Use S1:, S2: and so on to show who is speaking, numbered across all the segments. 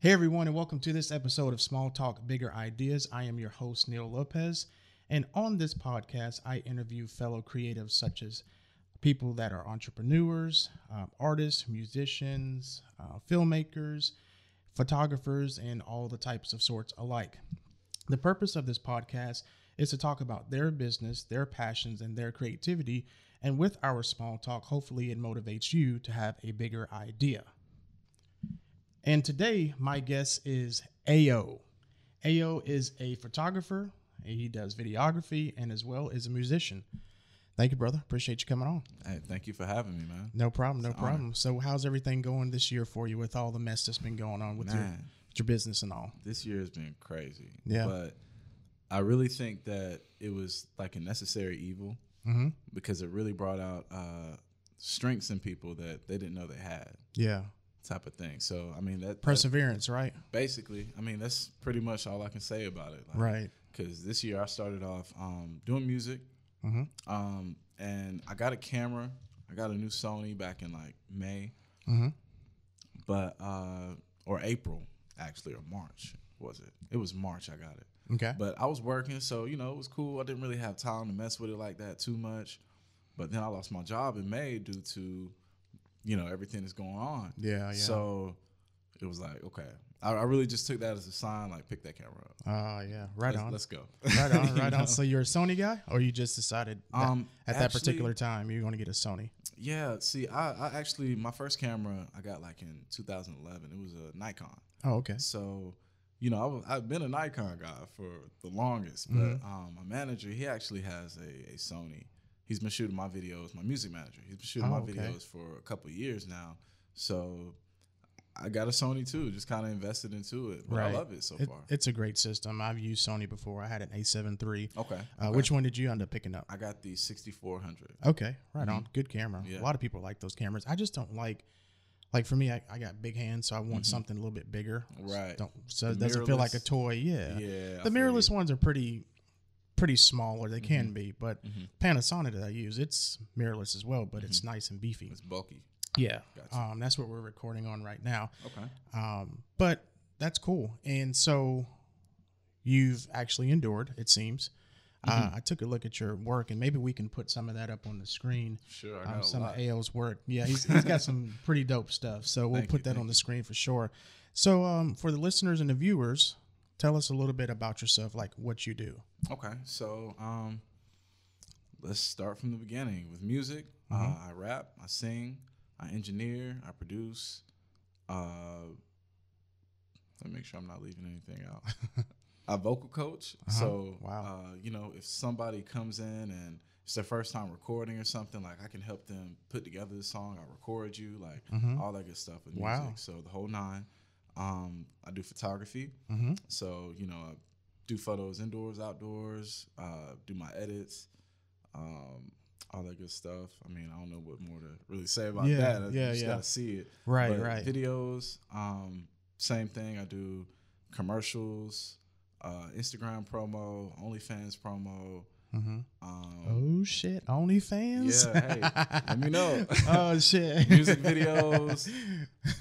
S1: Hey, everyone, and welcome to this episode of Small Talk Bigger Ideas. I am your host, Neil Lopez. And on this podcast, I interview fellow creatives such as people that are entrepreneurs, um, artists, musicians, uh, filmmakers, photographers, and all the types of sorts alike. The purpose of this podcast is to talk about their business, their passions, and their creativity. And with our small talk, hopefully, it motivates you to have a bigger idea. And today, my guest is Ayo. Ayo is a photographer. He does videography and as well is a musician. Thank you, brother. Appreciate you coming on.
S2: Hey, thank you for having me, man.
S1: No problem. No problem. So, how's everything going this year for you with all the mess that's been going on with your, with
S2: Man.
S1: your business and all?
S2: This year has been crazy.
S1: Yeah.
S2: But I really think that it was like a necessary evil
S1: Mm-hmm.
S2: because it really brought out uh, strengths in people that they didn't know they had,
S1: Yeah.
S2: type of thing. So I mean that, that
S1: Perseverance, right?
S2: basically, I mean that's pretty much all I can say about it. Like,
S1: Right.
S2: Because this year I started off um, doing music,
S1: Mm-hmm.
S2: um, and I got a camera. I got a new Sony back in like May.
S1: Mm-hmm.
S2: but uh or April actually or March was it? It was March I got it.
S1: Okay.
S2: But I was working, so you know, it was cool. I didn't really have time to mess with it like that too much. But then I lost my job in May due to you know, everything that's going on.
S1: Oh, yeah. Yeah.
S2: So it was like, okay. I, I really just took that as a sign, like pick that camera up.
S1: Ah, yeah. Right
S2: Let's,
S1: on.
S2: let's go.
S1: Right on.
S2: You
S1: Right
S2: know?
S1: on. So, you're a Sony guy, or you just decided that-
S2: Um,
S1: at that
S2: actually-
S1: particular time you're going to get a Sony?
S2: Yeah, see, I, I actually my first camera I got like in 2011. It was a Nikon.
S1: Oh, okay.
S2: So, you know, I was, I've been a Nikon guy for the longest, but
S1: Mm-hmm.
S2: um, my manager, he actually has a, a Sony. He's been shooting my videos, my music manager. He's been shooting
S1: Oh,
S2: my
S1: okay.
S2: videos for a couple of years now. So I got a Sony too, just kind of invested into it. But
S1: Right.
S2: I love it so
S1: It-
S2: far.
S1: it's a great system. I've used Sony before. I had an A7 III.
S2: okay.
S1: Uh, which one did you end up picking up?
S2: I got the 6400.
S1: Okay, right on. Good camera.
S2: Mm-hmm. Yeah.
S1: A lot of people like those cameras. I just don't like, like for me, I, I got big hands, so I want something a little bit bigger.
S2: Mm-hmm. Right.
S1: Don't, so it
S2: The
S1: doesn't feel like a
S2: mirrorless-
S1: toy. Yeah.
S2: Yeah. I
S1: the
S2: feel you. Mm-hmm.
S1: mirrorless ones are pretty, pretty small, or they can be. But Panasonic that I use, it's mirrorless as well, but it's nice and beefy.
S2: Mm-hmm. It's bulky.
S1: Yeah.
S2: Gotcha.
S1: Um, that's what we're recording on right now.
S2: Okay.
S1: Um, but that's cool. And so you've actually endured, it seems.
S2: Mm-hmm.
S1: Uh, I took a look at your work, and maybe we can put some of that up on the screen.
S2: Sure. I got
S1: Um,
S2: a
S1: some
S2: lot.
S1: of AO's work. Yeah, he's, he's got some pretty dope stuff. So we'll
S2: Thank
S1: put
S2: you,
S1: that
S2: thank
S1: on the screen for sure. So um, for the listeners and the viewers, tell us a little bit about yourself, like what you do.
S2: Okay, so um, let's start from the beginning with music.
S1: Mm-hmm.
S2: Uh, I rap, I sing, I engineer, I produce. Uh, let me make sure I'm not leaving anything out. I vocal coach. So,
S1: Uh-huh. Wow.
S2: uh, you know, if somebody comes in and it's their first time recording or something, like I can help them put together the song. I record you, like all that good stuff with music.
S1: Mm-hmm. Wow.
S2: So the whole nine. Um, I do photography.
S1: Mm-hmm.
S2: So you know, I do photos indoors, outdoors. Uh, do my edits, um, all that good stuff. I mean, I don't know what more to really say about
S1: Yeah,
S2: that. I
S1: yeah,
S2: just
S1: yeah.
S2: gotta see it.
S1: Right,
S2: But
S1: right.
S2: Videos, um, same thing. I do commercials, uh, Instagram promo, OnlyFans promo.
S1: Mhm.
S2: Um,
S1: Oh shit, OnlyFans.
S2: Yeah, hey, let me know.
S1: oh shit,
S2: Music videos.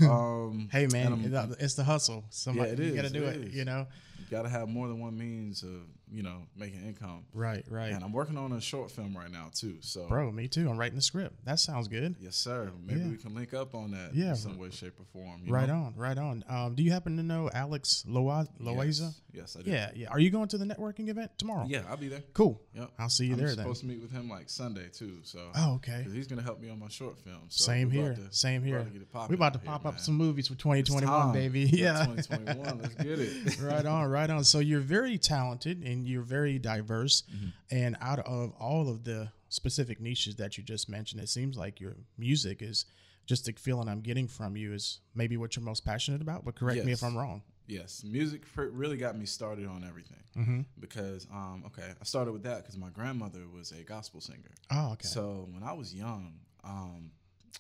S2: um,
S1: Hey man,
S2: and I'm-
S1: it- uh, it's the hustle. Somebody
S2: it
S1: you
S2: is,
S1: gotta do
S2: it
S1: it.
S2: is.
S1: You know.
S2: you gotta have more than one means of you know making income.
S1: Right, right.
S2: And I'm working on a short film right now too. So
S1: Bro, me too. I'm writing the script. That sounds good.
S2: yes, sir. Maybe
S1: Yeah.
S2: we can link up on that
S1: Yeah.
S2: in some way, shape, or form.
S1: Right on, right on. Um, do you happen to know Alex Loa- Loaiza?
S2: Yes. yes, I do.
S1: Yeah, yeah. Are you going to the networking event tomorrow?
S2: Yeah, I'll be there.
S1: Cool.
S2: Yep.
S1: I'll see you
S2: I'm
S1: there then.
S2: supposed to meet with him like Sunday too. So
S1: Oh, okay.
S2: 'cause he's gonna help me on my short film. So
S1: Same
S2: we
S1: here.
S2: about to-
S1: Same
S2: we
S1: here.
S2: about to get it popping
S1: We're about
S2: out
S1: to
S2: here,
S1: pop up
S2: man.
S1: some movies for
S2: It's
S1: 2021,
S2: time.
S1: baby.
S2: It's
S1: Yeah.
S2: 2021. Let's get it.
S1: right on, right on. So you're very talented and you're very diverse.
S2: Mm-hmm.
S1: And out of all of the specific niches that you just mentioned, it seems like your music is just the feeling I'm getting from you is maybe what you're most passionate about. But correct me if
S2: Yes.
S1: I'm wrong.
S2: Yes, music pr- really got me started on everything because um, okay, I started with that because my grandmother was a gospel singer.
S1: Oh, okay.
S2: So when I was young, um,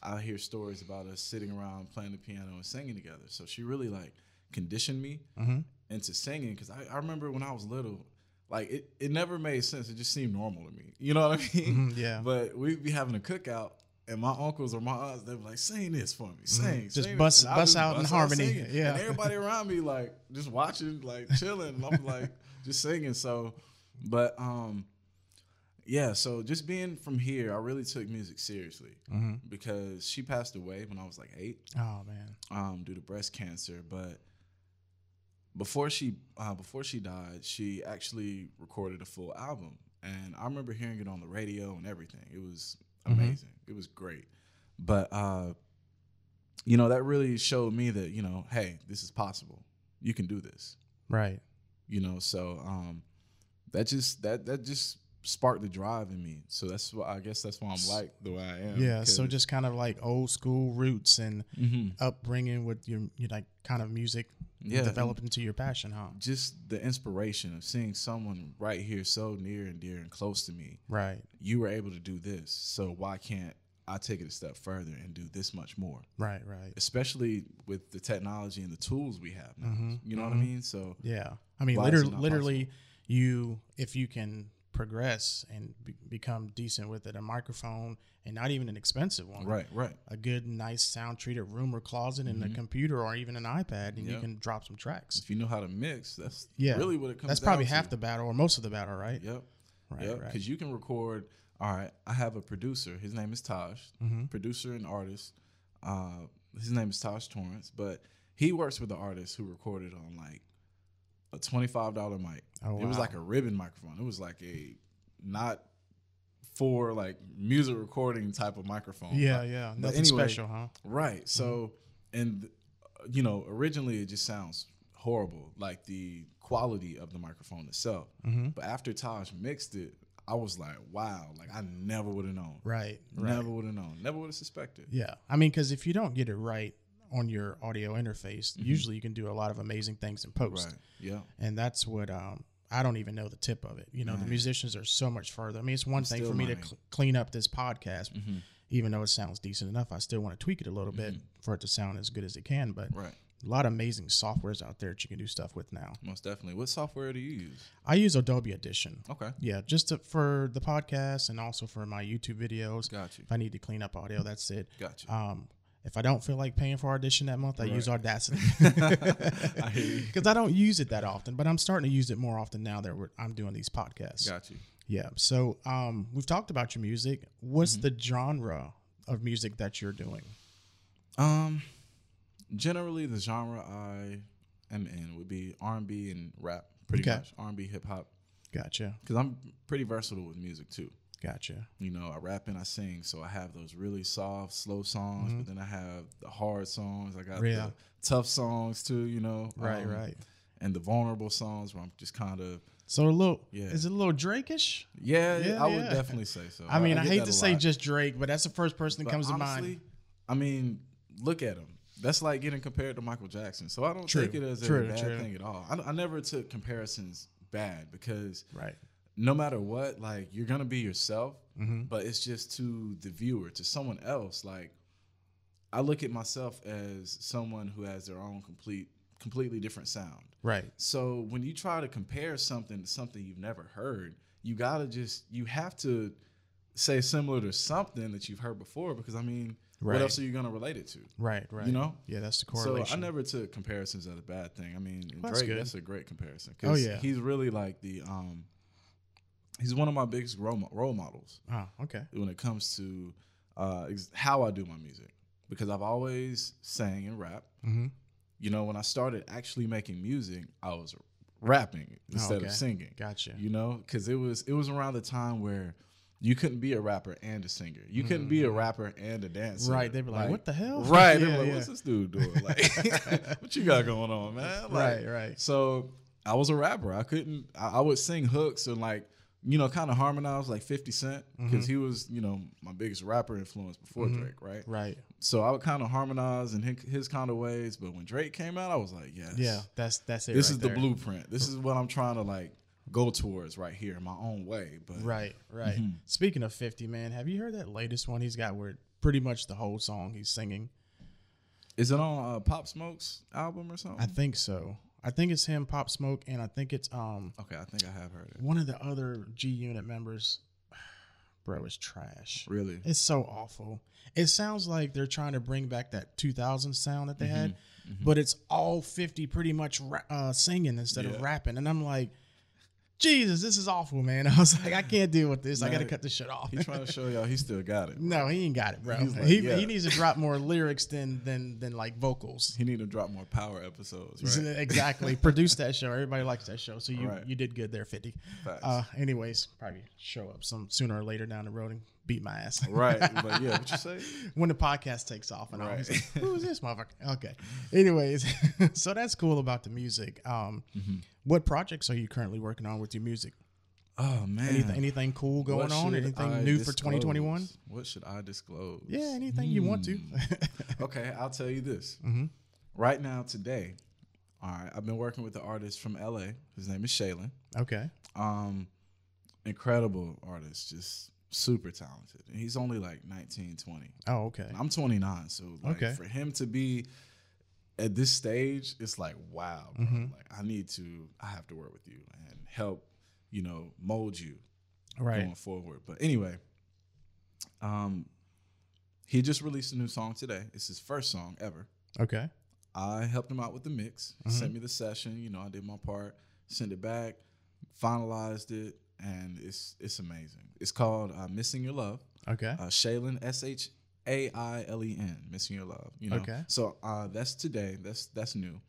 S2: I hear stories about us sitting around playing the piano and singing together. So she really like conditioned me
S1: Mm-hmm.
S2: into singing because I, I remember when I was little, like it, it never made sense. It just seemed normal to me. You know what I mean?
S1: Mhm, yeah.
S2: But we'd be having a cookout and my uncles or my aunts, they were like, sing this for me, sing.
S1: Mm-hmm. Just
S2: sing
S1: bust-
S2: this." And I
S1: bust out in harmony,
S2: singing.
S1: yeah.
S2: And everybody around me, like, just watching, like, chilling. And I'm like, just singing. So, but, um, yeah, so just being from here, I really took music seriously
S1: Mhm.
S2: because she passed away when I was like eight
S1: Oh man.
S2: um, due to breast cancer. But before she uh, before she died, she actually recorded a full album, and I remember hearing it on the radio and everything. It was
S1: Mhm.
S2: amazing. It was great. But uh, you know that really showed me that you know, hey, this is possible. You can do this.
S1: Right.
S2: You know, so um, that just that that just sparked the drive in me. So that's why I guess that's why I'm like the way I am.
S1: Yeah. So
S2: 'cause-
S1: just kind of like old school roots and
S2: Mhm.
S1: upbringing with your, your like kind of music
S2: Yeah, and-
S1: developed into your passion, huh?
S2: just the inspiration of seeing someone right here so near and dear and close to me
S1: Right.
S2: you were able to do this so why can't i take it a step further and do this much more
S1: Right. Right.
S2: especially with the technology and the tools we have now
S1: Mhm,
S2: you know
S1: mhm.
S2: what i mean so
S1: Yeah. I mean,
S2: Why is it
S1: liter-
S2: not
S1: literally, you, if you can progress and be- become decent with it, a microphone and not even an expensive one,
S2: right right
S1: a good, nice sound treated room or closet and a computer or even an iPad, and you
S2: Yeah.
S1: can drop some tracks.
S2: if you know how to mix that's
S1: Yeah.
S2: really what it comes
S1: That's probably
S2: down
S1: half
S2: to.
S1: the battle or most of the battle, right?
S2: yep
S1: Right.
S2: yep because
S1: Right.
S2: you can record all right i have a producer his name is taj
S1: Mhm.
S2: producer and artist uh his name is taj torrance but he works with the artist who recorded on like a $25 mic
S1: Oh,
S2: it was
S1: wow.
S2: like a ribbon microphone it was like a not for like music recording type of microphone
S1: Yeah. Mm-hmm.
S2: Like,
S1: Yeah.
S2: but
S1: Nothing
S2: anyway,
S1: special, huh?
S2: right so and uh, you know originally it just sounds horrible like the quality of the microphone itself
S1: Mhm.
S2: but after taj mixed it i was like wow like i never would have known
S1: Right. Right.
S2: never would have known never would have suspected
S1: Yeah. I mean, because if you don't get it right on your audio interface,
S2: Mm-hmm.
S1: usually you can do a lot of amazing things in post.
S2: Right. Yeah.
S1: and that's what um, I don't even know the tip of it. You know, the
S2: Right.
S1: musicians are so much further. I mean, it's one thing
S2: still Mm-hmm.
S1: for me to
S2: learning.
S1: cl- clean up this podcast, even though it sounds decent enough. I still want to tweak it a little bit
S2: Mm-hmm.
S1: for it to sound as good as it can. But
S2: Right.
S1: a lot of amazing softwares out there that you can do stuff with now.
S2: Most definitely. What software do you use?
S1: I use Adobe Audition.
S2: Okay.
S1: Yeah, just to, for the podcast and also for my YouTube videos.
S2: Got you.
S1: If I need to clean up audio, that's it.
S2: Got you.
S1: Um, if I don't feel like paying for audition that month, I use Audacity
S2: I hear you.
S1: because I don't use it that often. But I'm starting to use it more often now that we're, I'm doing these podcasts.
S2: Got you.
S1: Yeah. So um, we've talked about your music. What's
S2: Mm-hmm.
S1: the genre of music that you're doing?
S2: Um, generally the genre I am in would be R and B and rap, pretty
S1: Okay.
S2: much R and B, hip hop,
S1: Gotcha.
S2: because I'm pretty versatile with music too.
S1: Gotcha.
S2: You know, I rap and I sing, so I have those really soft, slow songs, but then I have the hard songs. I got
S1: Mm-hmm. Yeah.
S2: the tough songs too. You know,
S1: Right.
S2: um,
S1: right.
S2: And the vulnerable songs where I'm just kind of
S1: So a little.
S2: yeah.
S1: Is it a little Drakeish?
S2: yeah,
S1: Yeah,
S2: I would
S1: yeah.
S2: definitely say so.
S1: I mean, I,
S2: Oh, get
S1: hate
S2: that
S1: to
S2: a
S1: say
S2: lot.
S1: just Drake, but that's the first person that
S2: But
S1: comes to mind.
S2: honestly, I mean, look at him. That's like getting compared to Michael Jackson. So I don't
S1: True,
S2: take it as
S1: true,
S2: a bad
S1: true.
S2: thing at all. I, I never took comparisons bad because
S1: Right.
S2: no matter what, like you're gonna be yourself.
S1: Mm-hmm.
S2: But it's just to the viewer, to someone else. Like I look at myself as someone who has their own complete, completely different sound.
S1: Right.
S2: So when you try to compare something to something you've never heard, you gotta just you have to say similar to something that you've heard before because I mean,
S1: Right.
S2: what else are you gonna relate it to?
S1: Right. Right.
S2: know?
S1: Yeah, that's the
S2: So
S1: correlation.
S2: I never took comparisons as a bad thing. I mean,
S1: Well, that's
S2: Drake,
S1: good.
S2: that's a great comparison.
S1: Oh,
S2: 'cause
S1: yeah.
S2: he's really like the um, he's one of my biggest role, mo- role models
S1: Ah, okay.
S2: when it comes to uh, ex- how I do my music because I've always sang and rap.
S1: Mm-hmm.
S2: You know, when I started actually making music, I was rapping instead
S1: Oh, okay.
S2: of singing.
S1: Gotcha.
S2: you know because it was it was around the time where you couldn't be a rapper and a singer you couldn't be a rapper and a dancer
S1: Mm-hmm. Right, they'd be like, "What the hell?"
S2: right
S1: Yeah,
S2: they'd be like
S1: yeah.
S2: what's this dude doing like what you got going on man Like,
S1: Right, right.
S2: so i was a rapper i couldn't i, I would sing hooks and like you know kind of harmonize like 50 cent
S1: Mm-hmm.
S2: because he was you know my biggest rapper influence before drake right
S1: Right.
S2: so i would kind of harmonize in his, his kind of ways but when drake came out i was like yes
S1: Yeah, that's that's it.
S2: this
S1: right
S2: is
S1: there.
S2: the blueprint. This is what I'm trying to like go towards right here in my own way. But
S1: Right, right. Speaking of 50, man, have you heard that latest one he's got where pretty much the whole song he's singing?
S2: is it on uh, Pop Smoke's album or something?
S1: I think so. I think it's him, Pop Smoke, and I think it's um
S2: okay, I think I have heard it.
S1: one of the other G Unit members. Bro, it's trash.
S2: Really?
S1: It's so awful. It sounds like they're trying to bring back that 2000 sound
S2: Mm-hmm.
S1: that they had, but it's all 50 pretty much ra- uh, singing instead
S2: Yeah.
S1: of rapping. And I'm like, Jesus, this is awful, man. I was like, I can't deal with this. I
S2: No,
S1: got to cut this shit off.
S2: He's trying to show y'all he still got it.
S1: no, he ain't got it, bro.
S2: He's like,
S1: he,
S2: yeah.
S1: he needs to drop more lyrics than than than like vocals.
S2: He need to drop more power episodes, right?
S1: Exactly. Produce that show. Everybody likes that show. So you
S2: Right.
S1: you did good there, 50.
S2: Facts.
S1: Uh, anyways, probably show up some sooner or later down the road and beat my ass.
S2: right. But yeah, what you say?
S1: when the podcast takes off and all.
S2: Right.
S1: He's like, Who's this motherfucker? Okay. Anyways, so that's cool about the music. Um,
S2: Mm-hmm.
S1: What projects are you currently working on with your music?
S2: Oh man.
S1: Anything, anything cool going
S2: What
S1: on?
S2: should
S1: Anything
S2: I
S1: new for
S2: disclose?
S1: 2021?
S2: What should I disclose? Hmm.
S1: Yeah, anything you want to. Mm-hmm.
S2: Okay, I'll tell you this. Right now, today, all right, I've been working with the artist from LA. His name is Shaylin.
S1: okay.
S2: Um, incredible artist, just super talented. And he's only like 19, 20.
S1: Oh, okay.
S2: I'm 29, so like
S1: Okay.
S2: for him to be at this stage, it's like wow, bro.
S1: Mm-hmm.
S2: Like I need to, I have to work with you and help, you know, mold you
S1: Right.
S2: going forward. But anyway, um, he just released a new song today. It's his first song ever.
S1: Okay.
S2: I helped him out with the mix.
S1: Mm-hmm.
S2: He sent me the session. You know, I did my part, sent it back, finalized it, and it's it's amazing. It's called uh, "Missing Your Love."
S1: Okay.
S2: Uh, Shaylin, S H A I L E N, "Missing Your Love." You know.
S1: Okay.
S2: So uh, that's today. That's that's new.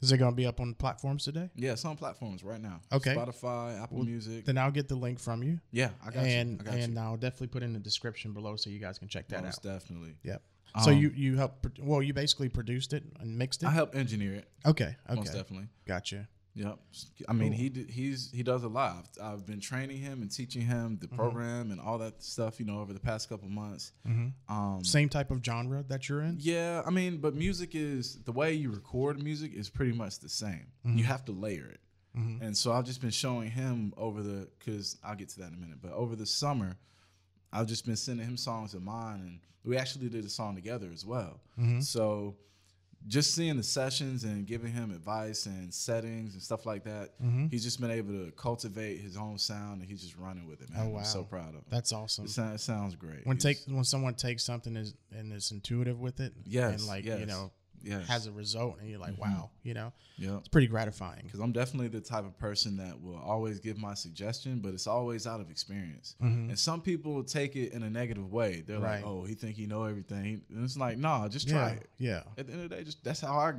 S1: Is it going to be up on platforms today?
S2: Yeah, it's on platforms right now.
S1: Okay. Mm-hmm.
S2: Spotify, Apple Music.
S1: Then I'll get the link from you.
S2: yeah, I got you.
S1: And
S2: I got
S1: and
S2: you.
S1: I'll definitely put it in the description below so you guys can check that
S2: Most
S1: out.
S2: definitely.
S1: Yep. So you you helped pro- well you basically produced it and mixed it.
S2: Um, I help engineer it.
S1: okay. Okay.
S2: Most definitely.
S1: Gotcha.
S2: Yep. I mean, he d- he's he does a lot. I've, I've been training him and teaching him the program and all that stuff. You know, over the past couple months. Um,
S1: Same type of genre that you're in.
S2: yeah, I mean, but music is the way you record music is pretty much the same. You have to layer it, and so I've just been showing him over the because I'll get to that in a minute. But over the summer, I've just been sending him songs of mine, and we actually did a song together as well. So just seeing the sessions and giving him advice and settings and stuff like that,
S1: Mm-hmm.
S2: he's just been able to cultivate his own sound, and he's just running with it. Man,
S1: Oh, wow.
S2: I'm so proud of him.
S1: That's awesome.
S2: it, sound, it sounds great.
S1: When
S2: He's-
S1: take when someone takes something is and is intuitive with it,
S2: Yes,
S1: and like you
S2: yes,
S1: know
S2: yes. Mm-hmm.
S1: has a result, and you're like, wow, you know,
S2: yeah.
S1: it's pretty gratifying.
S2: because I'm definitely the type of person that will always give my suggestion, but it's always out of experience. And some people take it in a negative way. They're
S1: Mm-hmm. Right.
S2: like, "Oh, he think he know everything," and it's like, "Nah, just
S1: Yeah,
S2: try it."
S1: yeah,
S2: At the end of the day, just that's how I,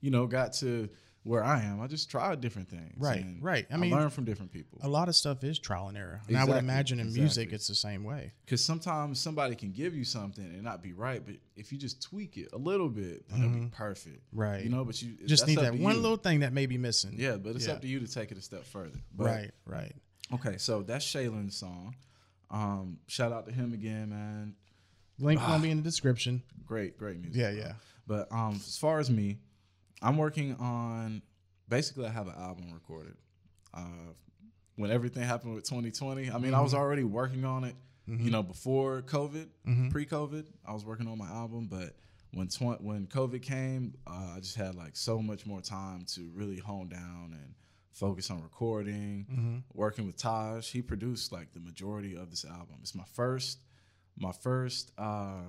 S2: you know, got to where I am. I just tried different things.
S1: Right,
S2: and
S1: right. I
S2: I,
S1: mean-
S2: learned from different people
S1: a lot of stuff is trial and error, and I would
S2: Exactly,
S1: imagine in music
S2: exactly.
S1: it's the same way.
S2: because sometimes somebody can give you something and not be right, but if you just tweak it a little bit, then it'll be perfect.
S1: Mm-hmm. Right.
S2: You know, but you
S1: Just
S2: that's
S1: need
S2: up
S1: that
S2: to
S1: one
S2: you.
S1: little thing that may be missing.
S2: Yeah, but it's
S1: Yeah.
S2: up to you to take it a step further. But
S1: right, right.
S2: Okay, so that's Shaylin's song. Um, shout out to him again, man.
S1: Link will
S2: Ah.
S1: be in the description.
S2: Great, great music.
S1: Yeah,
S2: bro.
S1: yeah.
S2: But um, as far as me, I'm working on. Basically, I have an album recorded. Uh, when everything happened with 2020, I mean, I was already working on it. You know, before COVID, pre-COVID, I was working on my album. But when tw- when COVID came, uh, I just had like so much more time to really hone down and focus on recording. Working with Taj, he produced like the majority of this album. It's my first, my first uh,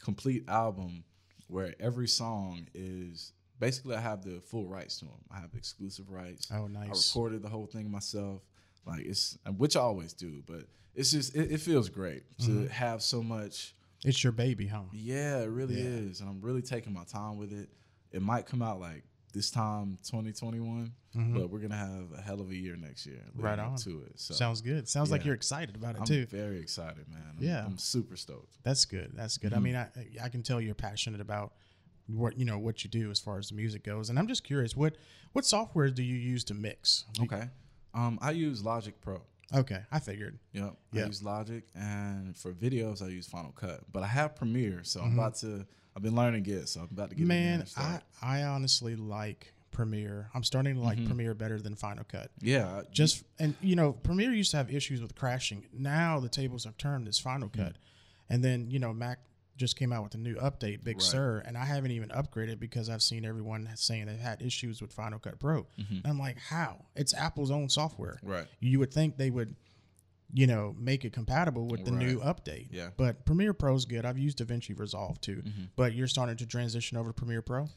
S2: complete album where every song is basically I have the full rights to them. I have exclusive rights.
S1: Oh,
S2: I
S1: nice.
S2: recorded the whole thing myself, like it's which I always do, but it's just it, it feels great
S1: Mm-hmm.
S2: to have so much.
S1: It's your baby, huh?
S2: Yeah, it really is, and I'm really taking my time with it. It might come out like this time 2021, but we're gonna have a hell of a year next year. leading
S1: Mm-hmm. Right
S2: up
S1: on.
S2: to it. So
S1: Sounds good. Sounds like
S2: Yeah.
S1: you're excited about it
S2: I'm
S1: too.
S2: very excited, man. I'm-
S1: Yeah.
S2: I'm super stoked.
S1: That's good. That's good. I mean, I I can tell you're passionate about what you know what you do as far as the music goes, and I'm just curious what what software do you use to mix?
S2: Okay, um, I use Logic Pro.
S1: Okay, I figured.
S2: Yep.
S1: Yeah.
S2: I use Logic, and for videos I use Final Cut, but I have Premiere, so I'm about to. I've been learning it, so I'm about to get. in there
S1: Mm-hmm. Man,
S2: and
S1: I
S2: start.
S1: I honestly like Premiere. I'm starting to like Premiere better than Final Cut.
S2: yeah, I-
S1: Just and you know, Premiere used to have issues with crashing. Now the tables have turned. It's Final
S2: Hmm.
S1: Cut, and then you know Mac just came out with a new update, Big Sur, and I haven't even upgraded because I've seen everyone saying they've had issues with Final Cut Pro. And I'm like, how? It's Apple's own software.
S2: Mm-hmm. right.
S1: you would think they would you know, make it compatible with the new update.
S2: Yeah.
S1: But Premiere Pro's good. I've used DaVinci Resolve too.
S2: Mhm.
S1: But you're starting to transition over to Premiere Pro?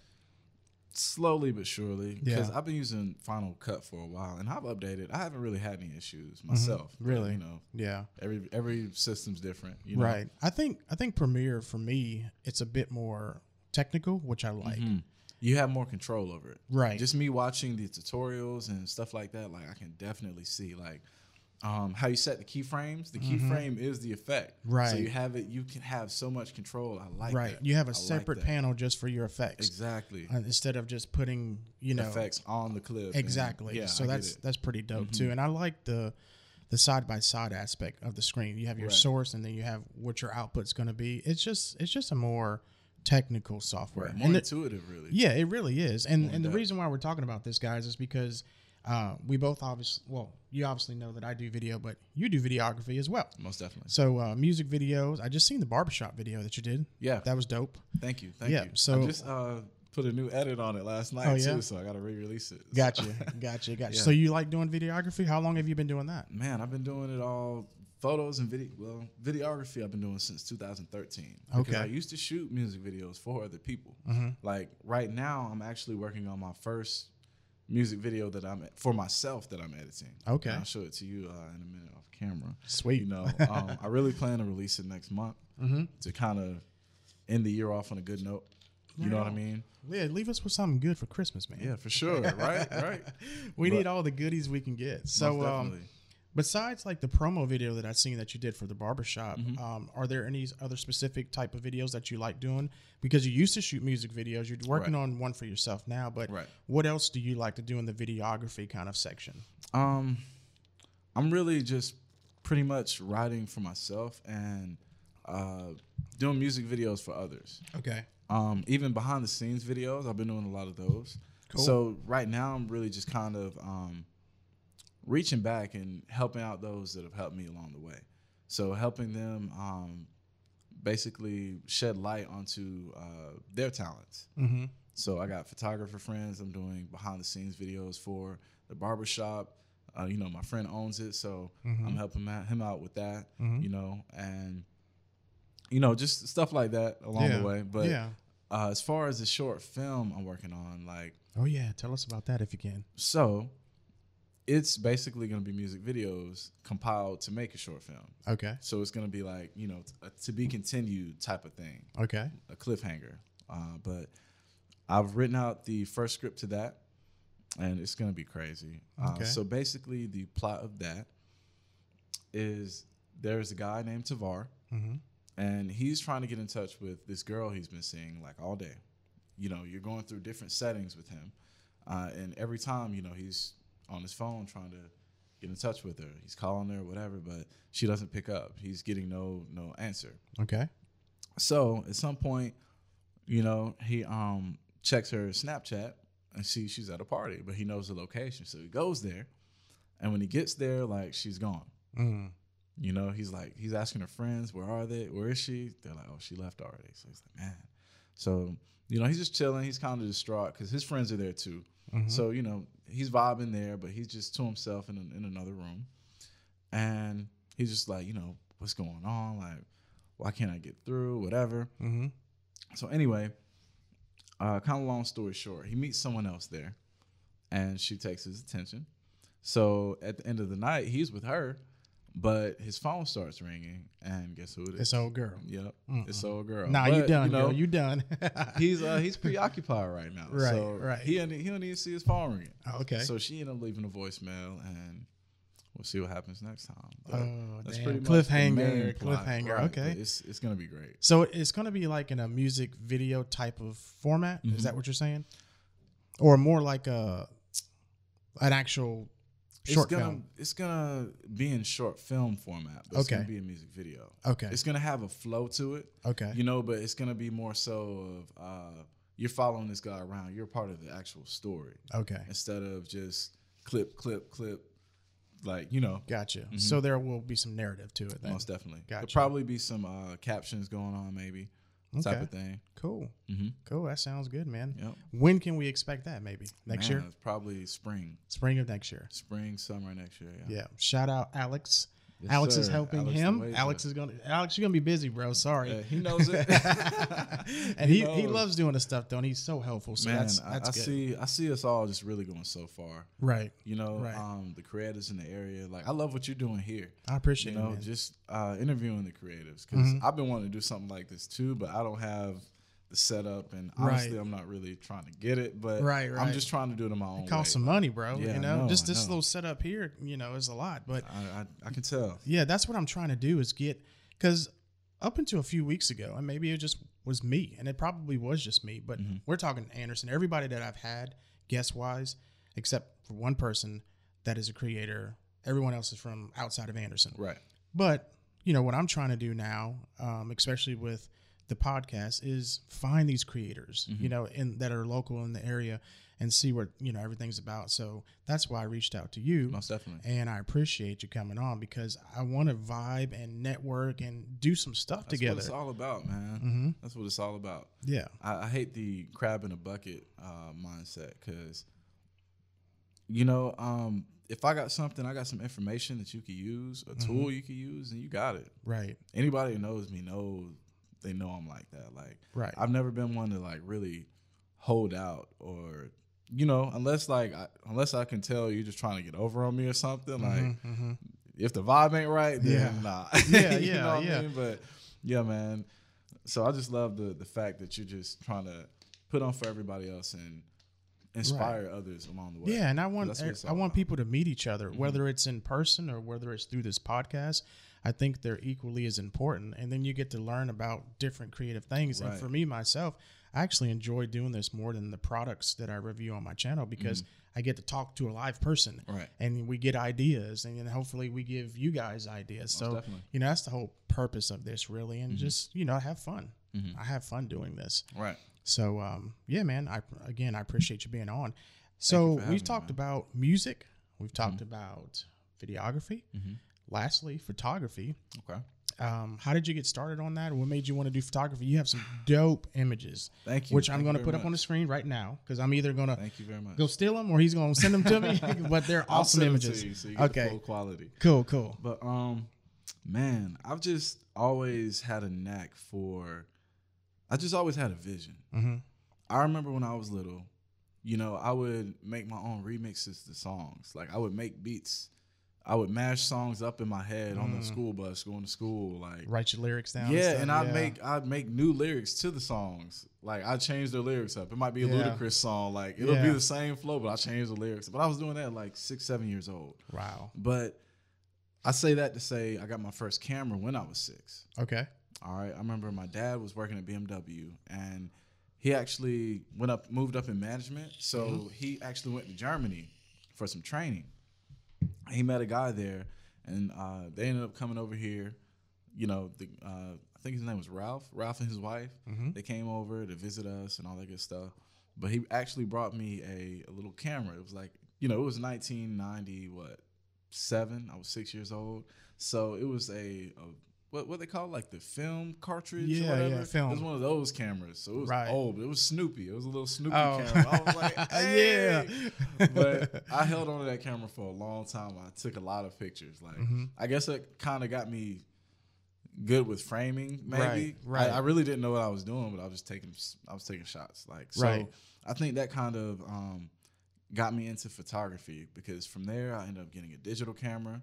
S2: slowly but surely because
S1: Yeah.
S2: I've been using Final Cut for a while and I've updated. I haven't really had any issues myself.
S1: Mm-hmm. Really?
S2: you know,
S1: Yeah.
S2: every every system's different. You know?
S1: Right. I think I think Premiere for me, it's a bit more technical, which I like.
S2: Mhm. You have more control over it.
S1: Right.
S2: Just me watching the tutorials and stuff like that, like I can definitely see like um, how you set the keyframes. The keyframe is the effect. So
S1: Mm-hmm. Right.
S2: you have it. You can have so much control. I like
S1: right.
S2: that.
S1: You have
S2: I
S1: a
S2: like
S1: separate
S2: that.
S1: panel just for your effects.
S2: Exactly.
S1: uh, instead of just putting, you know,
S2: Effects on the clip. and-
S1: Exactly.
S2: yeah.
S1: so
S2: I get
S1: that's
S2: it. Mm-hmm.
S1: that's pretty dope too. And I like the the side by side aspect of the screen. You have your
S2: Right.
S1: source and then you have what your output's going to be. It's just it's just a more technical software.
S2: Right.
S1: And
S2: more
S1: the-
S2: intuitive, really.
S1: yeah, it really is. And and the
S2: depth.
S1: reason why we're talking about this guys is because uh, we both obviously well, you obviously know that I do video, but you do videography as well.
S2: Most definitely.
S1: So uh, music videos. I just seen the barbershop video that you did.
S2: Yeah.
S1: That was dope.
S2: Thank you. Thank
S1: Yeah,
S2: you.
S1: so-
S2: I just uh, put a new edit on it last night
S1: Oh, yeah?
S2: too, so I got to re-release it. So-
S1: Gotcha, gotcha, gotcha. So you like doing videography? How long have you been doing that?
S2: Man, I've been doing it all photos and video. Well, videography I've been doing since 2013. Because
S1: Okay. Mm-hmm.
S2: I used to shoot music videos for other people. Like right now, I'm actually working on my first music video that I'm for myself that I'm editing.
S1: Okay.
S2: And I'll show it to you uh, in a minute off camera.
S1: Sweet. Mm-hmm.
S2: You know, um, I really plan to release it next month to kind of end the year off on a good note. You know what I mean?
S1: Yeah, leave us with something good for Christmas, man.
S2: Yeah, for sure. right, right.
S1: We
S2: But-
S1: need all the goodies we can get. So,
S2: Most
S1: um,
S2: definitely.
S1: besides like the promo video that I've seen that you did for the barbershop,
S2: Mm-hmm.
S1: um, are there any other specific type of videos that you like doing? Because you used to shoot music videos, you're working
S2: Right.
S1: on one for yourself now, but
S2: Right.
S1: what else do you like to do in the videography kind of section?
S2: Um, I'm really just pretty much writing for myself and uh, doing music videos for others.
S1: Okay.
S2: Um, even behind the scenes videos, I've been doing a lot of those.
S1: Cool.
S2: So right now, I'm really just kind of um, reaching back and helping out those that have helped me along the way. So helping them um, basically shed light onto uh, their talents.
S1: Mm-hmm.
S2: So I got photographer friends. I'm doing behind the scenes videos for the barbershop. Uh, you know, my friend owns it, so
S1: Mm-hmm.
S2: I'm helping him out, him out with that.
S1: Mhm.
S2: You know, and you know, just stuff like that along
S1: yeah.
S2: the way. But
S1: yeah.
S2: uh, as far as the short film I'm working on, like
S1: Oh yeah, tell us about that if you can.
S2: so, it's basically going to be music videos compiled to make a short film.
S1: Okay.
S2: So it's going to be like you know, t- a to be continued type of thing
S1: Okay.
S2: a cliffhanger. Uh, but I've written out the first script to that, and it's gonna be crazy. Uh,
S1: Okay.
S2: so basically, the plot of that is there's a guy named Tavar,
S1: Mm-hmm.
S2: and he's trying to get in touch with this girl he's been seeing like all day. You know, you're going through different settings with him, uh, and every time, you know, he's on his phone trying to get in touch with her. He's calling her, whatever, but she doesn't pick up. He's getting no no answer.
S1: Okay.
S2: So at some point, you know, he um checks her Snapchat and see she's at a party, but he knows the location. So he goes there. And when he gets there, like she's gone.
S1: Mm.
S2: You know, he's like, he's asking her friends, where are they? Where is she? They're like, oh, she left already. So he's like, man. So, you know, he's just chilling. He's kind of distraught because his friends are there too.
S1: Mhm.
S2: So, you know, he's vibing there, but he's just to himself in, an- in another room. And he's just like, you know, what's going on? Like, why can't I get through? Whatever.
S1: Mm-hmm.
S2: So anyway, uh, kind of long story short, he meets someone else there, and she takes his attention. So at the end of the night, he's with her, but his phone starts ringing, and guess who it is?
S1: This old girl. Mm-hmm. Uh-uh.
S2: Yep, it's old girl.
S1: Nah, you
S2: But,
S1: done,
S2: know,
S1: girl. You done.
S2: he's uh, he's preoccupied right now.
S1: Right,
S2: so
S1: right.
S2: He don't- he don't even see his phone ringing.
S1: okay.
S2: So she ended up leaving a voicemail, and we'll see what happens next time. But
S1: Oh, damn.
S2: much the
S1: Cliffhanger,
S2: main plot.
S1: cliffhanger,
S2: Right,
S1: okay.
S2: but it's it's gonna be great.
S1: So it's going to be like in a music video type of format.
S2: Mm-hmm.
S1: Is that what you're saying? Or more like a an actual short
S2: it's gonna,
S1: film?
S2: It's gonna be in short film format, but it's gonna
S1: Okay.
S2: be a music video.
S1: Okay.
S2: It's gonna have a flow to it,
S1: Okay.
S2: you know, but it's gonna be more so of uh, you're following this guy around. You're part of the actual story
S1: okay.
S2: instead of just clip, clip, clip, like you know.
S1: Gotcha. So there will be some narrative to it then.
S2: Mm-hmm. Most definitely,
S1: Gotcha.
S2: there'll probably be some uh, captions going on, maybe type
S1: Okay.
S2: of thing.
S1: Cool.
S2: Mhm.
S1: Cool. That sounds good, man.
S2: Yep.
S1: When can we expect that maybe? Next
S2: Man,
S1: year?
S2: it's probably spring,
S1: Spring of next year.
S2: spring, summer next year. Yeah.
S1: Yeah. Shout out Alex
S2: Yes,
S1: Alex is
S2: sir.
S1: helping
S2: Alex
S1: him.
S2: Lamesa.
S1: Alex is gonna. Alex, you're gonna be busy, bro. Sorry.
S2: Yeah, he knows it.
S1: and he, he
S2: knows.
S1: loves doing this stuff though, and he's so helpful. So
S2: Man,
S1: that's
S2: I-
S1: that's
S2: I,
S1: good.
S2: see. I see us all just really going so far.
S1: Right.
S2: You know,
S1: Right.
S2: um, the creators in the area. Like, I love what you're doing here.
S1: I appreciate
S2: you know,
S1: it. man.
S2: just uh, interviewing the creatives because
S1: Mhm.
S2: I've been wanting to do something like this too, but I don't have the setup, and
S1: Right.
S2: honestly, I'm not really trying to get it. But
S1: Right,
S2: I'm
S1: right.
S2: just trying to do it in my own.
S1: it costs
S2: way.
S1: some money, bro.
S2: Yeah, I
S1: you know,
S2: know,
S1: just
S2: I
S1: this
S2: know.
S1: little setup here, you know, is a lot. But
S2: I, I, I can tell.
S1: yeah, that's what I'm trying to do is get because up until a few weeks ago, and maybe it just was me, and it probably was just me. But
S2: Mhm.
S1: we're talking Anderson. Everybody that I've had guest wise, except for one person that is a creator. Everyone else is from outside of Anderson.
S2: Right.
S1: But you know what I'm trying to do now, um, especially with the podcast, is find these creators,
S2: Mm-hmm.
S1: you know, in that are local in the area, and see what you know everything's about. So that's why I reached out to you,
S2: Most definitely.
S1: and I appreciate you coming on because I want to vibe and network and do some stuff
S2: That's
S1: together.
S2: what it's all about, man.
S1: hmm
S2: That's what it's all about.
S1: Yeah,
S2: I, I hate the crab in a bucket uh, mindset because, you know, um, if I got something, I got some information that you could use, a
S1: Mm-hmm.
S2: tool you could use, and you got it.
S1: right,
S2: Anybody who knows me knows they know I'm like that. Like
S1: right,
S2: I've never been one to like really hold out or, you know, unless like I, unless I can tell you're just trying to get over on me or something. Like
S1: Mhm, mhm.
S2: if the vibe ain't right, then
S1: Yeah.
S2: nah.
S1: Yeah,
S2: You
S1: yeah,
S2: know what I
S1: yeah.
S2: mean? But yeah, man. So I just love the the fact that you're just trying to put on for everybody else and inspire others along the way.
S1: yeah. And I want er,
S2: That's what it's
S1: I
S2: all
S1: want
S2: about. Mm-hmm.
S1: people to meet each other, whether it's in person or whether it's through this podcast. I think they're equally as important. And then you get to learn about different creative things.
S2: Right.
S1: And for me myself, I actually enjoy doing this more than the products that I review on my channel because
S2: Mm-hmm.
S1: I get to talk to a live person.
S2: Right.
S1: and we get ideas and then hopefully we give you guys ideas so
S2: definitely.
S1: you know that's the whole purpose of this really and
S2: Mm-hmm.
S1: just you know have fun i have fun doing this
S2: Right.
S1: so um yeah man i again i appreciate you being on so
S2: for having
S1: we've
S2: me,
S1: talked
S2: man. Mm-hmm.
S1: about music we've talked about videography
S2: Mhm.
S1: lastly photography
S2: Okay.
S1: um, how did you get started on that what made you want to do photography you have some dope images
S2: Thank you.
S1: which
S2: Thank
S1: i'm
S2: you
S1: going to
S2: very
S1: put up on the
S2: much.
S1: screen right now because i'm either going to
S2: Thank you very much.
S1: go steal them or he's going to send them to me but they're
S2: I'll
S1: awesome
S2: send them to
S1: images
S2: you so you get the
S1: Okay.
S2: full quality.
S1: cool cool
S2: But um, man, I've just always had a knack for. I just always had a vision.
S1: mm-hmm.
S2: I remember when I was little, you know, I would make my own remixes to songs. Like I would make beats. I would mash songs up in my head on the
S1: Mm.
S2: school bus going to school. Like
S1: write your lyrics down.
S2: yeah,
S1: stuff,
S2: and I'd
S1: yeah.
S2: make I'd make new lyrics to the songs. Like I change the lyrics up. It might be a
S1: Yeah.
S2: ludicrous song. Like it'll be
S1: Yeah.
S2: the same flow, but I change the lyrics. But I was doing that at like six, seven years old.
S1: wow.
S2: But I say that to say I got my first camera when I was six.
S1: Okay.
S2: All right. I remember my dad was working at BMW and he actually went up, moved up in management. So he actually went to Germany for some training. He met a guy there and uh, they ended up coming over here. You know, the, uh, I think his name was Ralph, Ralph and his wife.
S1: Mm-hmm.
S2: They came over to visit us and all that good stuff. But he actually brought me a, a little camera. It was like, you know, it was 1990, what, seven? I was six years old. So it was a, a what what they call it, like the film cartridge
S1: Yeah,
S2: or
S1: yeah,
S2: whatever.
S1: film.
S2: It was one of those cameras. So it was
S1: Right.
S2: old, but it was Snoopy. It was a little Snoopy
S1: Oh.
S2: camera. I was like, hey.
S1: Yeah.
S2: but I held on to that camera for a long time. I took a lot of pictures. Like
S1: Mhm.
S2: I guess it kind of got me good with framing maybe
S1: Right, right.
S2: I, I really didn't know what i was doing but i was just taking s- i was taking shots like so
S1: Right.
S2: i think that kind of um, got me into photography because from there i ended up getting a digital camera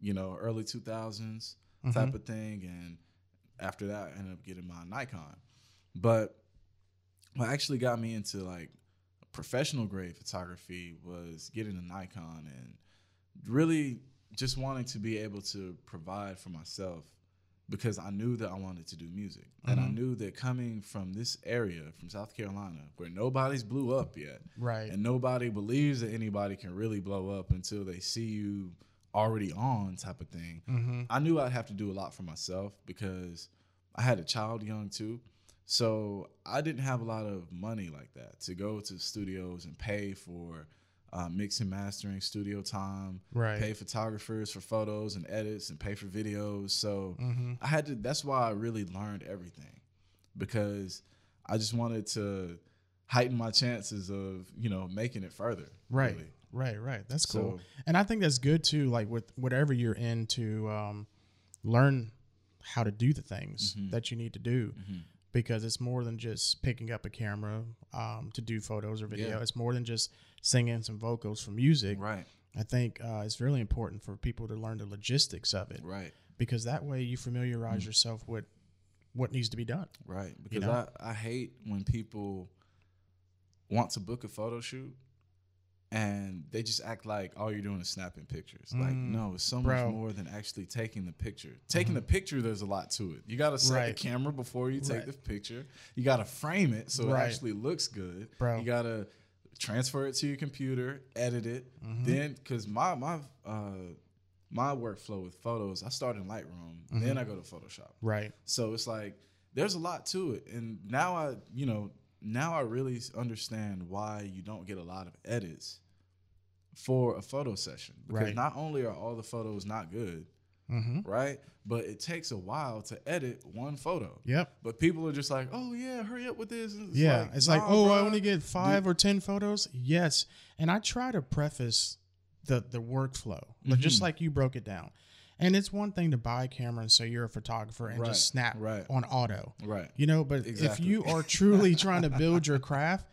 S2: you know early 2000s
S1: Mm-hmm.
S2: type of thing and after that i ended up getting my nikon but what actually got me into like professional grade photography was getting a nikon and really just wanting to be able to provide for myself because I knew that I wanted to do music. And I
S1: Mhm.
S2: knew that coming from this area, from South Carolina, where nobody's blew up yet,
S1: right.
S2: and nobody believes that anybody can really blow up until they see you already on, type of thing.
S1: mm-hmm.
S2: I knew I'd have to do a lot for myself because I had a child young too. So I didn't have a lot of money like that to go to studios and pay for uh, mix and mastering, studio time,
S1: Right.
S2: pay photographers for photos and edits, and pay for videos. So
S1: Mm-hmm.
S2: I had to. That's why I really learned everything because I just wanted to. heighten my chances of you know making it further.
S1: Right.
S2: really.
S1: Right, right. That's cool.
S2: So-
S1: and I think that's good too, like with whatever you're in to um, learn how to do the things
S2: Mm-hmm.
S1: that you need to do because it's more than just picking up a camera um, to do photos or video.
S2: Yeah.
S1: It's more than just singing some vocals for music.
S2: Right.
S1: I think uh, it's really important for people to learn the logistics of it
S2: Right. Mm-hmm.
S1: because that way you familiarize yourself with what needs to be done.
S2: Right. Because
S1: know?
S2: I, I hate when people want to book a photo shoot and they just act like all you're doing is snapping pictures. like,
S1: Mm,
S2: no, it's so
S1: bro. Mm-hmm.
S2: much more than actually taking the picture. Taking the picture, there's a lot to it. You got to set the
S1: Right.
S2: camera before you take
S1: Right.
S2: the picture, you got to frame it so
S1: Right.
S2: it actually looks good.
S1: Bro.
S2: You got to transfer it to your computer, edit it.
S1: Mm-hmm.
S2: Then, because my, my, uh, my workflow with photos, I start in Lightroom, then
S1: Mm-hmm.
S2: I go to Photoshop.
S1: Right.
S2: So it's like there's a lot to it, and now I, you know, now I really s- understand why you don't get a lot of edits for a photo session because
S1: Right.
S2: not only are all the photos not good,
S1: Mm-hmm.
S2: right, but it takes a while to edit one photo.
S1: Yep.
S2: But people are just like, "Oh yeah, hurry up with this." And
S1: yeah. it's like,
S2: "Nah,
S1: oh, I
S2: bruh."
S1: only get five or ten photos. Yes. And I try to preface the the workflow, like
S2: Mm-hmm.
S1: just like you broke it down. And it's one thing to buy a camera and say you're a photographer and
S2: Right,
S1: just snap
S2: right.
S1: on auto.
S2: right.
S1: You know, but
S2: Exactly.
S1: if you are truly trying to build your craft,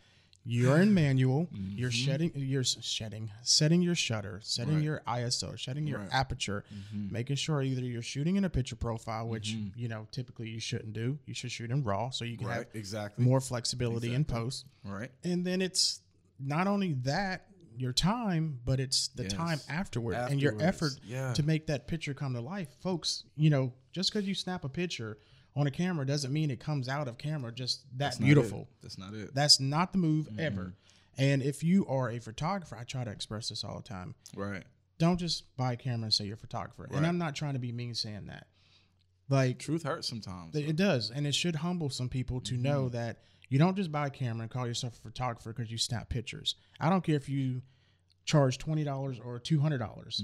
S1: you're in manual. You're shedding, you're s- shedding, setting your shutter, setting
S2: Mm-hmm. Right.
S1: your ISO, setting your
S2: Right. Mm-hmm.
S1: aperture, making sure either you're shooting in a picture profile, which you know typically you shouldn't do. You should shoot in RAW so you can
S2: Right.
S1: have
S2: Exactly.
S1: more flexibility in post.
S2: Right.
S1: And then it's not only that your time, but it's the
S2: Yes.
S1: time afterward and your effort
S2: Afterwards, Ah. yeah.
S1: to make that picture come to life, folks. You know, just because you snap a picture on a camera doesn't mean it comes out of camera just that
S2: That's not it. Mm-hmm.
S1: beautiful.
S2: That's not it.
S1: That's not the move ever. And if you are a photographer, I try to express this all the time
S2: right.
S1: don't just buy a camera and say you're a photographer.
S2: Right.
S1: And I'm not trying to be mean saying that. Like
S2: Truth hurts sometimes.
S1: th- it does, and it should humble some people to know that you don't just buy a camera and call yourself a photographer because you snap pictures. I don't care if you charge twenty dollars or two hundred dollars.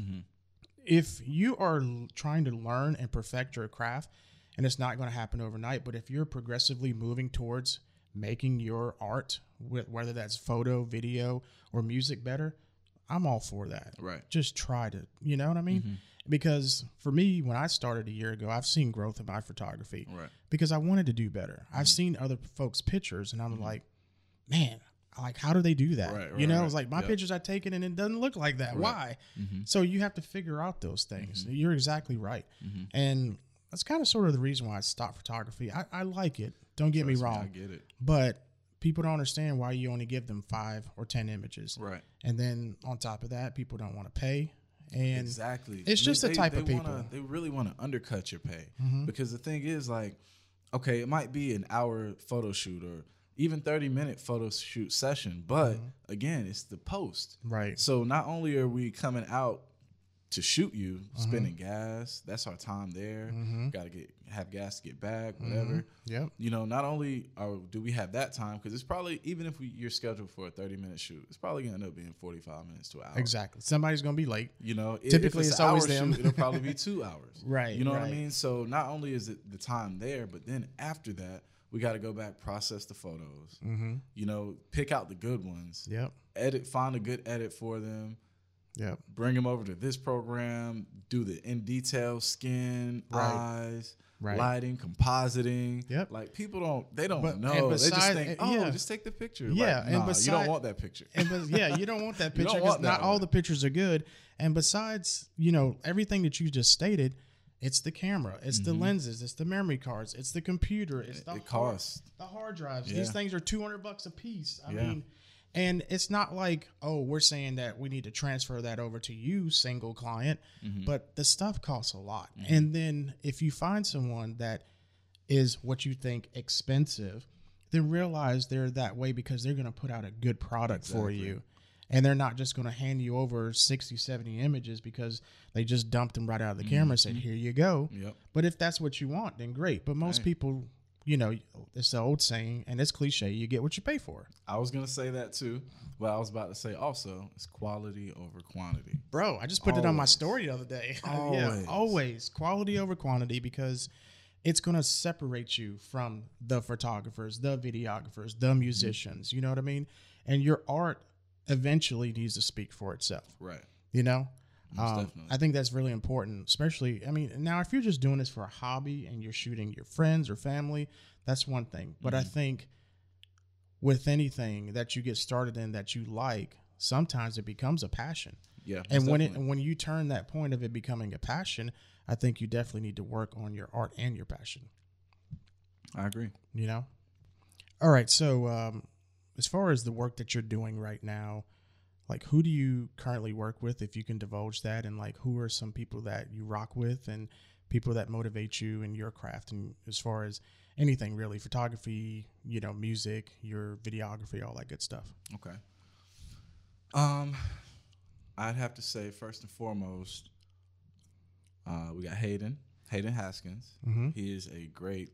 S1: If you are l- trying to learn and perfect your craft, and it's not going to happen overnight, but if you're progressively moving towards making your art, wh- whether that's photo, video, or music, better, I'm all for that
S2: right.
S1: just try to you know what i mean because for me when i started a year ago i've seen growth in my photography
S2: Right.
S1: because i wanted to do better
S2: Mm-hmm.
S1: i've seen other folks pictures and i'm like man like how do they do that
S2: Right,
S1: you
S2: right,
S1: know
S2: right.
S1: it's like my
S2: Yep.
S1: pictures i taken and it doesn't look like that why
S2: Mm-hmm.
S1: so you have to figure out those things you're exactly right
S2: Mm-hmm.
S1: and that's kind of sort of the reason why i stopped photography i, I like it don't get me
S2: Trust I
S1: wrong
S2: get it.
S1: but people don't understand why you only give them five or ten images
S2: Right.
S1: and then on top of that, people don't want to pay. And
S2: Exactly.
S1: It's just the type of
S2: Wanna,
S1: people. Mm-hmm.
S2: they really want to undercut your pay because the thing is, like, okay, it might be an hour photo shoot or even thirty minute photo shoot session, but
S1: Mm-hmm.
S2: again, it's the post.
S1: right,
S2: So not only are we coming out to shoot you,
S1: Mm-hmm.
S2: spending gas, that's our time there. Got to get have gas to get back, whatever
S1: Mm-hmm. yep,
S2: you know, not only are, do we have that time, because it's probably even if we, you're scheduled for a 30 minute shoot, it's probably gonna end up being 45 minutes to an hour.
S1: exactly. Somebody's gonna be late.
S2: You know, i-
S1: Typically, it's
S2: if it's, an
S1: always
S2: hour
S1: them.
S2: Shoot, it'll probably be two hours.
S1: Right,
S2: You know what
S1: right.
S2: I mean? So not only is it the time there, but then after that, we got to go back, process the photos. Mm-hmm. You know, pick out the good ones,
S1: Yep,
S2: edit, find a good edit for them,
S1: yep,
S2: bring them over to this program, do the in detail skin,
S1: Right.
S2: eyes,
S1: Right.
S2: lighting, compositing.
S1: Yep.
S2: Like people don't they don't
S1: But- and
S2: know. they
S1: beside-
S2: just think,
S1: uh,
S2: oh,
S1: yeah.
S2: just take the picture.
S1: Yeah,
S2: like,
S1: and
S2: nah, you
S1: beside-
S2: don't want that picture.
S1: and but yeah, you don't want that picture
S2: You don't
S1: because
S2: want that
S1: not all
S2: one.
S1: the pictures are good. And besides, you know, everything that you just stated, it's the camera, it's the lenses, it's the memory cards, it's the computer, it's the
S2: Mm-hmm. it
S1: hard,
S2: costs.
S1: the hard drives.
S2: Yeah.
S1: These things are two hundred bucks a piece. I
S2: Yeah.
S1: mean. And it's not like, oh, we're saying that we need to transfer that over to you, single client,
S2: Mm-hmm.
S1: but the stuff costs a lot. And then if you find someone that is what you think expensive, then realize they're that way because they're going to put out a good product for
S2: Exactly.
S1: you. And they're not just going to hand you over 60, 70 images because they just dumped them right out of the camera and said, here you go.
S2: Yep.
S1: But if that's what you want, then great. But most people, you know, it's the old saying, and it's cliche you get what you pay for.
S2: I was gonna say that too, but I was about to say also it's quality over quantity.
S1: Bro, I just put it on my
S2: Always.
S1: story the other day. yeah,
S2: Always.
S1: always quality over quantity because it's going to separate you from the photographers, the videographers,
S2: Mm-hmm.
S1: the musicians, you know what I mean? And your art eventually needs to speak for itself,
S2: Right.
S1: you know?
S2: Most
S1: Um,
S2: definitely.
S1: I think that's really important, especially. I mean, now if you're just doing this for a hobby and you're shooting your friends or family, that's one thing. But
S2: Mm-hmm.
S1: I think with anything that you get started in that you like, sometimes it becomes a passion.
S2: Yeah.
S1: and
S2: most
S1: when it
S2: definitely.
S1: and when you turn that point of it becoming a passion, I think you definitely need to work on your art and your passion.
S2: I agree.
S1: You know. All right. So um, as far as the work that you're doing right now, like who do you currently work with, if you can divulge that, and like who are some people that you rock with and people that motivate you in your craft, and as far as anything really, photography, you know, music, your videography, all that good stuff.
S2: Okay. Um, I'd have to say first and foremost, uh, we got Hayden, Hayden Haskins.
S1: Mm-hmm.
S2: He is a great,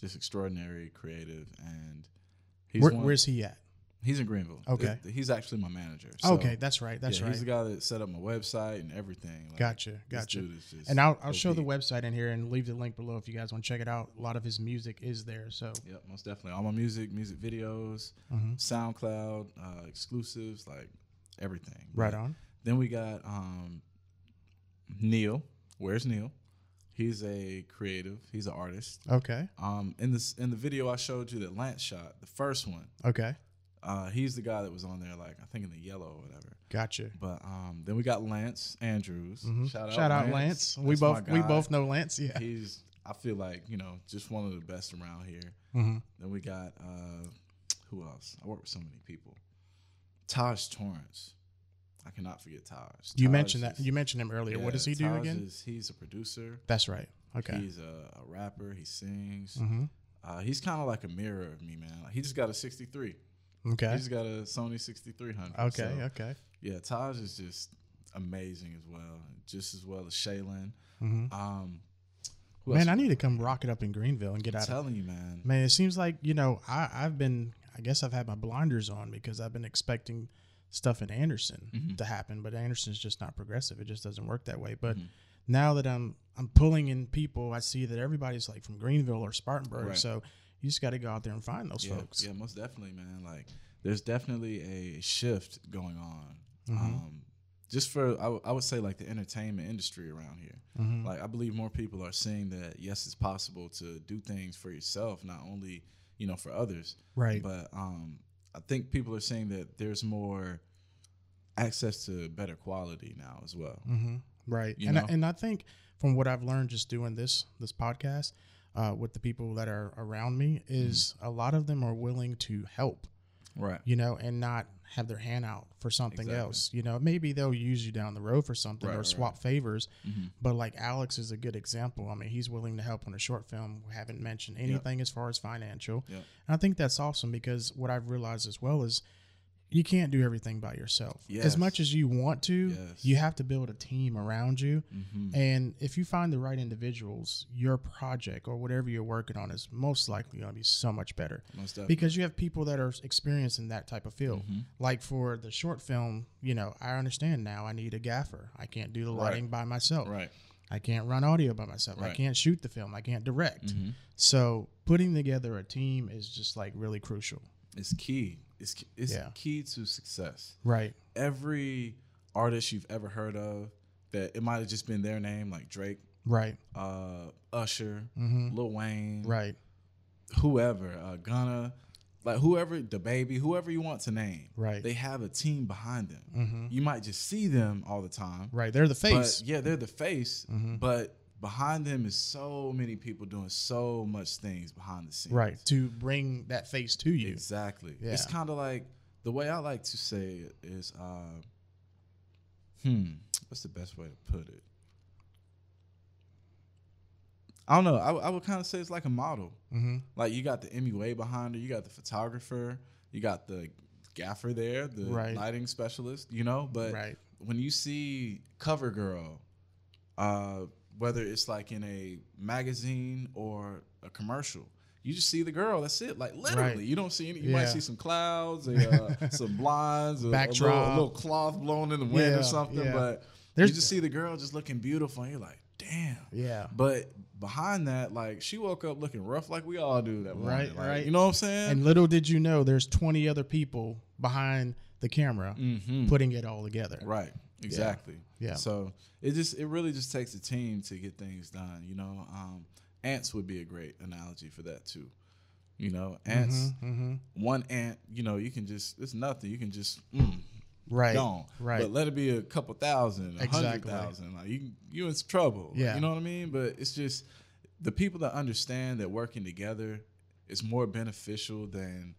S2: just extraordinary creative, and he's
S1: Where,
S2: one-
S1: where's he at?
S2: he's in Greenville.
S1: Okay.
S2: Th- he's actually my manager. so-
S1: okay, that's right. That's
S2: yeah,
S1: right.
S2: He's the guy that set up my website and everything. Like,
S1: Gotcha,
S2: this
S1: gotcha.
S2: dude is just
S1: And I'll, I'll show
S2: OP.
S1: the website in here and leave the link below if you guys want to check it out. A lot of his music is there. So,
S2: Yep, most definitely. All my music, music videos,
S1: Mhm.
S2: SoundCloud, uh, exclusives, like everything.
S1: right on.
S2: Then we got um, Neil. Where's Neil? He's a creative. He's an artist.
S1: Okay.
S2: Um, in this in the video I showed you that Lance shot, the first one,
S1: Okay.
S2: uh, he's the guy that was on there, like I think in the yellow or whatever.
S1: Gotcha.
S2: But um, then we got Lance Andrews.
S1: Mhm.
S2: Shout out,
S1: Lance. We
S2: That's my
S1: both we
S2: guy.
S1: both know Lance. Yeah.
S2: He's I feel like you know just one of the best around here.
S1: Mhm.
S2: Then we got uh, who else? I work with so many people. Taj Torrance. I cannot forget Taj.
S1: You
S2: Taj
S1: mentioned that.
S2: is-
S1: You mentioned him earlier.
S2: yeah,
S1: what does he do
S2: Taj
S1: again?
S2: Is, he's a producer.
S1: That's right. Okay.
S2: He's a, a rapper. He sings.
S1: hmm
S2: Uh, he's kind of like a mirror of me, man. Like, he just got a 63. He
S1: Okay.
S2: just got a Sony 6300.
S1: Okay.
S2: So,
S1: Okay.
S2: yeah, Taj is just amazing as well. Just as well as Shaylin.
S1: Mhm.
S2: Um, who
S1: Man,
S2: else?
S1: I need to come rock it up in Greenville and get
S2: I'm
S1: out of.
S2: telling you, man.
S1: Man, it seems like you know I I've been I guess I've had my blinders on because I've been expecting stuff in Anderson
S2: Mhm.
S1: to happen, but Anderson's just not progressive. It just doesn't work that way. But
S2: Mhm.
S1: now that I'm I'm pulling in people, I see that everybody's like from Greenville or Spartanburg.
S2: Right.
S1: So you just got to go out there and find those
S2: yeah,
S1: folks.
S2: yeah, most definitely, man. Like, there's definitely a shift going on.
S1: Mhm.
S2: Um, just for, I, w- I would say, like the entertainment industry around here.
S1: Mhm.
S2: Like, I believe more people are seeing that yes, it's possible to do things for yourself, not only you know for others.
S1: Right.
S2: But um, I think people are seeing that there's more access to better quality now as well.
S1: hmm Right.
S2: You
S1: and I,
S2: know?
S1: and I think from what I've learned just doing this this podcast uh, with the people that are around me
S2: Mm-hmm.
S1: is a lot of them are willing to help,
S2: Right.
S1: you know, and not have their hand out for something
S2: Exactly.
S1: else. You know, maybe they'll use you down the road for something
S2: Right,
S1: or
S2: right,
S1: swap favors.
S2: Mhm.
S1: But like Alex is a good example. I mean, he's willing to help on a short film. We haven't mentioned anything as far as financial.
S2: Yep.
S1: And I think that's awesome because what I've realized as well is you can't do everything by yourself. As
S2: Yes.
S1: much as you want to,
S2: Yes.
S1: you have to build a team around you.
S2: hmm
S1: And if you find the right individuals, your project or whatever you're working on is most likely going to be so much better
S2: Most definitely.
S1: because you have people that are experienced in that type of field.
S2: Mhm.
S1: Like for the short film, you know, I understand now I need a gaffer. I can't do the
S2: Right.
S1: lighting by myself.
S2: Right.
S1: I can't run audio by myself. I
S2: Right.
S1: can't shoot the film. I can't direct.
S2: Mhm.
S1: So putting together a team is just like really crucial.
S2: It's key. It's k- it's
S1: Yeah.
S2: key to success.
S1: Right.
S2: every artist you've ever heard of that it might have just been their name, like Drake,
S1: Right.
S2: uh, Usher,
S1: hmm
S2: Lil Wayne,
S1: Right.
S2: whoever, uh, Gunna, like whoever, the baby, whoever you want to name.
S1: Right.
S2: They have a team behind them.
S1: hmm
S2: You might just see them all the time,
S1: Right. They're the
S2: but
S1: face.
S2: yeah, they're the face,
S1: Mhm.
S2: but behind them is so many people doing so much things behind the scenes.
S1: right. To bring that face to you.
S2: Exactly.
S1: Yeah.
S2: It's kind of like the way I like to say it is, uh, hmm, what's the best way to put it? I don't know. I, w- I would kind of say it's like a model.
S1: hmm
S2: Like you got the MUA behind her, you got the photographer, you got the gaffer there, the
S1: Right.
S2: lighting specialist, you know? But
S1: Right.
S2: when you see cover girl uh, whether it's like in a magazine or a commercial you just see the girl that's it like literally
S1: Right.
S2: you don't see any you might
S1: Yeah.
S2: see some clouds and uh, some blinds or a little, a
S1: Backdrop.
S2: little cloth blowing in the wind
S1: Yeah,
S2: or something
S1: yeah.
S2: but
S1: There's-
S2: you just see the girl just looking beautiful and you're like damn damn.
S1: Yeah.
S2: But behind that, like she woke up looking rough, like we all do that morning.
S1: Right,
S2: like,
S1: right.
S2: You know what I'm saying?
S1: And little did you know, there's 20 other people behind the camera
S2: Mhm.
S1: putting it all together.
S2: Right. Exactly.
S1: Yeah.
S2: So it just it really just takes a team to get things done. You know, um, ants would be a great analogy for that too. You know, ants.
S1: Mm-hmm.
S2: One ant, you know, you can just it's nothing. You can just mm,
S1: Right.
S2: gone.
S1: Right.
S2: But let it be a couple thousand, a hundred
S1: Exactly.
S2: thousand. Like you, you in trouble.
S1: Yeah.
S2: You know what I mean? But it's just the people that understand that working together is more beneficial than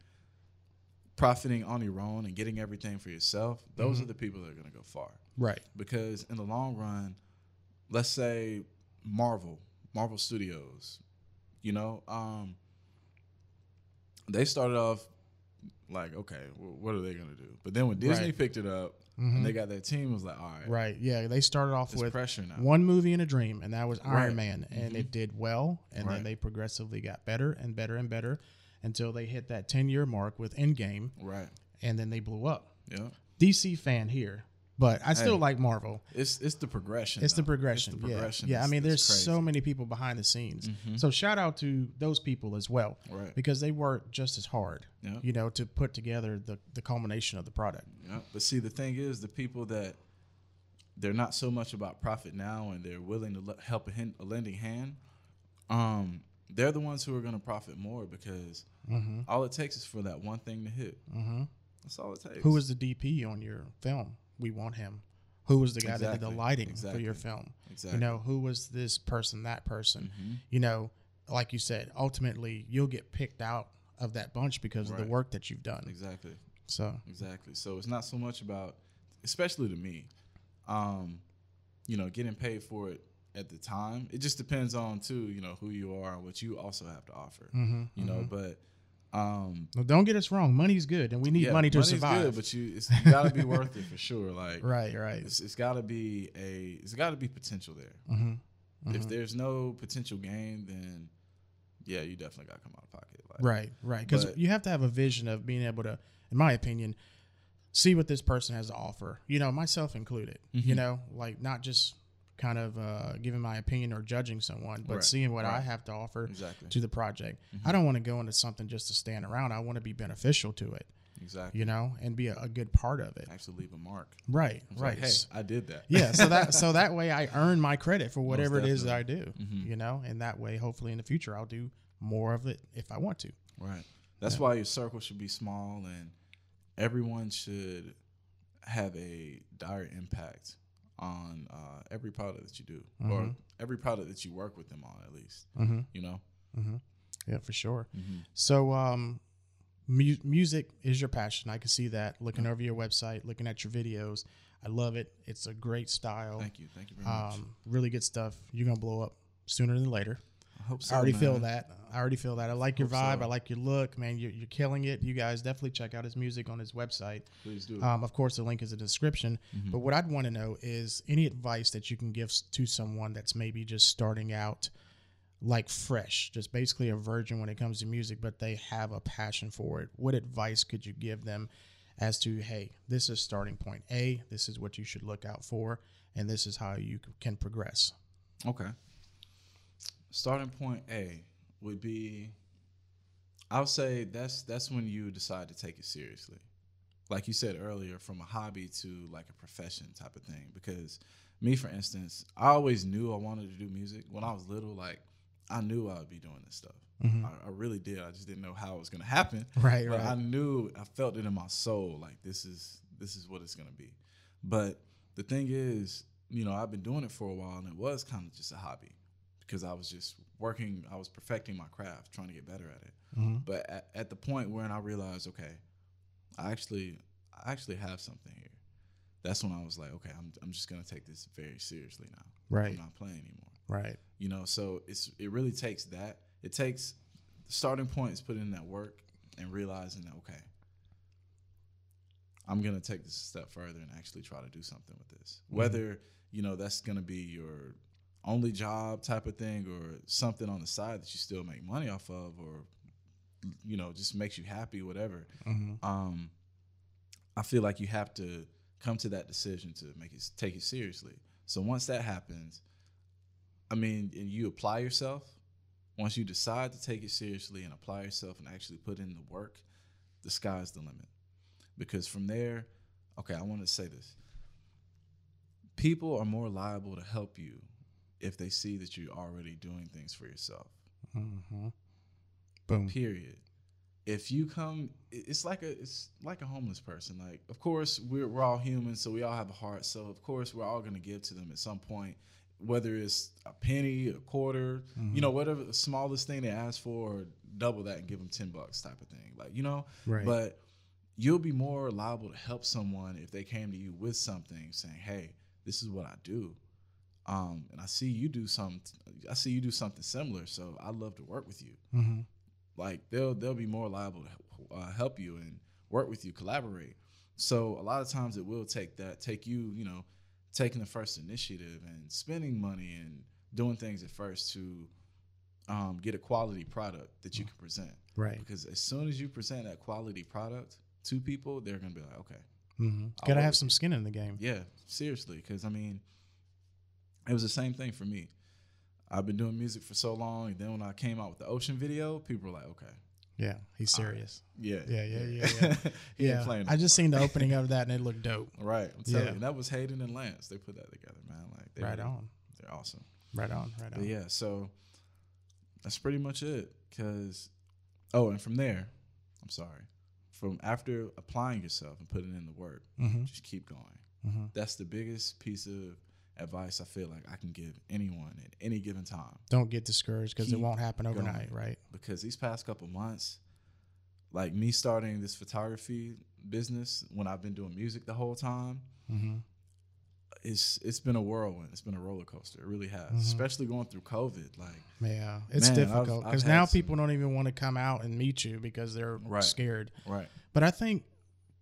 S2: profiting on your own and getting everything for yourself.
S1: Mm-hmm.
S2: Those are the people that are going to go far
S1: Right.
S2: because in the long run, let's say Marvel, Marvel Studios, you know, um, they started off like, okay, wh- what are they gonna do? But then when Disney
S1: Right. Mm-hmm.
S2: picked it up and they got their team, it was like, all right,
S1: Right. Yeah. They started off
S2: it's
S1: with
S2: pressure now,
S1: one movie and a dream, and that was Iron
S2: Right. Mm-hmm.
S1: Man, and it did well, and
S2: Right.
S1: then they progressively got better and better and better until they hit that 10 year mark with Endgame,
S2: right?
S1: and then they blew up.
S2: Yeah,
S1: DC fan here, but I still
S2: Hey.
S1: like Marvel.
S2: it's it's the progression.
S1: It's the
S2: though.
S1: progression. yeah. Yeah. I
S2: that's-
S1: mean,
S2: that's
S1: there's so many people behind the scenes.
S2: Mm-hmm.
S1: So shout out to those people as well,
S2: crazy. right.
S1: because they work just as hard,
S2: Yeah.
S1: you know, to put together the, the culmination of the product.
S2: Yeah, but see, the thing is, the people that they're not so much about profit now, and they're willing to le- help a, hen- a lending hand. Um, they're the ones who are going to profit more because
S1: Mm-hmm,
S2: all it takes is for that one thing to hit.
S1: Mhm.
S2: That's all it takes.
S1: Who was the DP on your film? We want him. Who was the guy that did
S2: Exactly.
S1: the lighting for your
S2: Exactly.
S1: film?
S2: exactly? Mm-hmm.
S1: You know, who was this person, that person? You know, like you said, ultimately you'll get picked out of that bunch because of
S2: Right.
S1: the work that you've done.
S2: Exactly.
S1: So,
S2: Exactly. So it's not so much about, especially to me, um, you know, getting paid for it at the time. It just depends on too, you know, who you are and what you also have to offer.
S1: mhm,
S2: You know,
S1: mhm.
S2: but um,
S1: Now, don't get us wrong. Money's good, and we need
S2: Yeah,
S1: money to
S2: money's
S1: survive.
S2: Good, but you, it's you gotta be worth it for sure. Like,
S1: right, right.
S2: it's, it's gotta be a, it's gotta be potential there.
S1: hmm
S2: If there's no potential gain, then yeah, you definitely gotta come out of pocket. Like,
S1: Right, right. Because
S2: But-
S1: you have to have a vision of being able to, in my opinion, see what this person has to offer. You know, myself included. You
S2: Mhm.
S1: know, like not just kind of uh, giving my opinion or judging someone, but
S2: Right,
S1: seeing what I
S2: right. Mm-hmm.
S1: have to offer
S2: Exactly.
S1: to the project. I don't want to go into something just to stand around. I want to be beneficial to it.
S2: Exactly.
S1: You know, and be a, a good part of it.
S2: Actually, leave a mark.
S1: Right,
S2: It's
S1: right.
S2: Like, hey, I did that.
S1: yeah, so that so that way I earn my credit for whatever it is that I do.
S2: Mhm.
S1: You know, and that way hopefully in the future I'll do more of it if I want to.
S2: Right. That's why your circle should be small, and everyone should have a dire impact on uh, every product that you do,
S1: Mm-hmm.
S2: or every product that you work with them on, at least.
S1: Mhm.
S2: You know.
S1: Yeah, for sure. So, um, mu- music is your passion. I can see that looking over your website, looking at your videos. I love it. It's a great style.
S2: Thank you. Thank you very much.
S1: Um, really good stuff. You're gonna blow up sooner than later.
S2: I hope so.
S1: I already
S2: man.
S1: feel that. I already feel that. I like your
S2: Hope
S1: vibe.
S2: so.
S1: I like your look, man. You're, you're killing it. You guys definitely check out his music on his website.
S2: Please do.
S1: Um, of course, the link is in the description.
S2: Mm-hmm.
S1: But what I'd want to know is any advice that you can give s- to someone that's maybe just starting out, like fresh, just basically a virgin when it comes to music, but they have a passion for it. What advice could you give them as to, hey, this is starting point A, this is what you should look out for, and this is how you c- can progress?
S2: Okay. Starting point A would be I would say that's that's when you decide to take it seriously. Like you said earlier, from a hobby to like a profession type of thing. Because me, for instance, I always knew I wanted to do music. When I was little, like I knew I would be doing this stuff. I, I really did. I just didn't know how it was gonna happen.
S1: Right,
S2: But
S1: right.
S2: I knew I felt it in my soul. Like this is this is what it's gonna be. But the thing is, you know, I've been doing it for a while, and it was kind of just a hobby because I was just working. I was perfecting my craft, trying to get better at it.
S1: Mhm.
S2: But at, at the point where I realized, okay, I actually, I actually have something here. That's when I was like, okay, I'm, I'm just gonna take this very seriously now. I'm
S1: Right,
S2: not playing anymore
S1: right.
S2: you know so it's it really takes that it takes the starting point is putting in that work and realizing that okay i'm gonna take this a step further and actually try to do something with this whether you know that's gonna be your only job type of thing or something on the side that you still make money off of or you know just makes you happy whatever
S1: Mhm.
S2: um, I feel like you have to come to that decision to make it take it seriously. So once that happens, I mean, and you apply yourself. Once you decide to take it seriously and apply yourself and actually put in the work, the sky's the limit. Because from there, okay, I want to say this. People are more liable to help you if they see that you're already doing things for yourself.
S1: Mm-hmm. Boom.
S2: Period. If you come, it- it's like a it's like a homeless person. Like, of course, we're we're all human, so we all have a heart. So of course, we're all gonna give to them at some point, whether it's a penny, a quarter,
S1: Mm-hmm.
S2: you know, whatever the smallest thing they ask for, or double that and give them ten bucks type of thing. Like, you know,
S1: Mm-hmm. Right.
S2: but you'll be more liable to help someone if they came to you with something saying, "Hey, this is what I do." Um, and I see you do some. I see you do something similar, so I'd love to work with you
S1: mm-hmm.
S2: like they'll they'll be more liable to uh, help you and work with you, collaborate. So a lot of times it will take that, take you, you know, taking the first initiative and spending money and doing things at first to um, get a quality product that you can present.
S1: Right.
S2: Because as soon as you present that quality product to people, they're gonna be like, okay,
S1: Mm-hmm.
S2: I'll
S1: Gotta
S2: work
S1: have
S2: with
S1: some skin in the game.
S2: yeah, seriously, because I mean, it was the same thing for me. I've been doing music for so long, and then when I came out with the Ocean video, people were like, okay,
S1: Yeah, he's serious.
S2: Yeah.
S1: Yeah, yeah, yeah, yeah.
S2: he ain't
S1: yeah,
S2: playing.
S1: I just seen the opening of that and it looked dope.
S2: right. I'm telling
S1: Yeah.
S2: you. And that was Hayden and Lance. They put that together, man. Like they
S1: Right
S2: were-
S1: on,
S2: They're awesome.
S1: right on, right
S2: But
S1: on.
S2: yeah, so that's pretty much it. Cause oh, and from there, I'm sorry. From after applying yourself and putting in the work,
S1: Mm-hmm.
S2: just keep going.
S1: Mm-hmm.
S2: That's the biggest piece of advice I feel like I can give anyone at any given time.
S1: Don't get discouraged because it
S2: Keep
S1: won't happen overnight, right?
S2: because these past couple months, like me starting this photography business when I've been doing music the whole time,
S1: Mm-hmm.
S2: it's it's been a whirlwind. It's been a roller coaster. It really has,
S1: Mhm.
S2: especially going through COVID. Like,
S1: Yeah, it's
S2: Man, I've-
S1: difficult
S2: I've
S1: because
S2: had
S1: now
S2: some-
S1: people don't even want to come out and meet you because they're
S2: Right.
S1: scared.
S2: right,
S1: But I think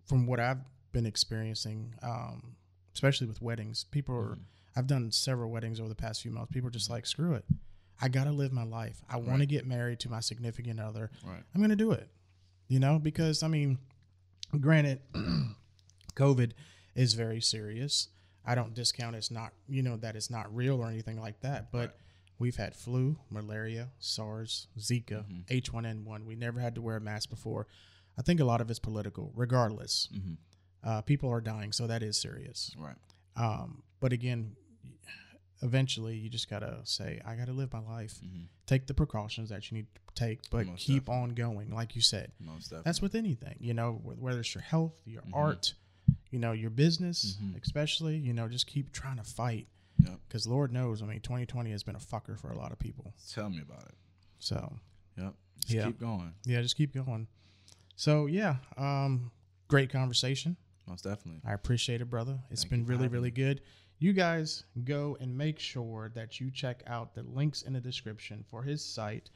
S1: from what I've been experiencing, um, especially with weddings, people are.
S2: Mm-hmm.
S1: I've done several weddings over the past few months. People are just like, screw it. I gotta live my life. I want to
S2: Right.
S1: get married to my significant other.
S2: right,
S1: I'm gonna do it. You know, because I mean, granted, COVID is very serious. I don't discount it's not you know that it's not real or anything like that, but
S2: Right.
S1: we've had flu, malaria, SARS, Zika,
S2: Mhm.
S1: H1N1. We never had to wear a mask before. I think a lot of it's political. Regardless,
S2: hmm
S1: uh, people are dying, so that is serious.
S2: right,
S1: Um, but again, eventually you just gotta say, I gotta live my life.
S2: Mhm.
S1: Take the precautions that you need to take, but
S2: Most
S1: keep on going, like you said.
S2: most definitely.
S1: That's with anything, you know, wh- whether it's your health, your
S2: Mhm.
S1: art, you know, your business,
S2: Mhm.
S1: especially, you know, just keep trying to fight.
S2: Yep.
S1: Because Lord knows, I mean, 2020 has been a fucker for a lot of people.
S2: Tell me about it.
S1: So,
S2: Yep. Just
S1: Yeah.
S2: keep going.
S1: yeah, just keep going. So, yeah, um, great conversation.
S2: Most definitely.
S1: I appreciate it, brother. It's
S2: Thank
S1: been
S2: you for
S1: really,
S2: having
S1: really good. You guys go and make sure that you check out the links in the description for his site,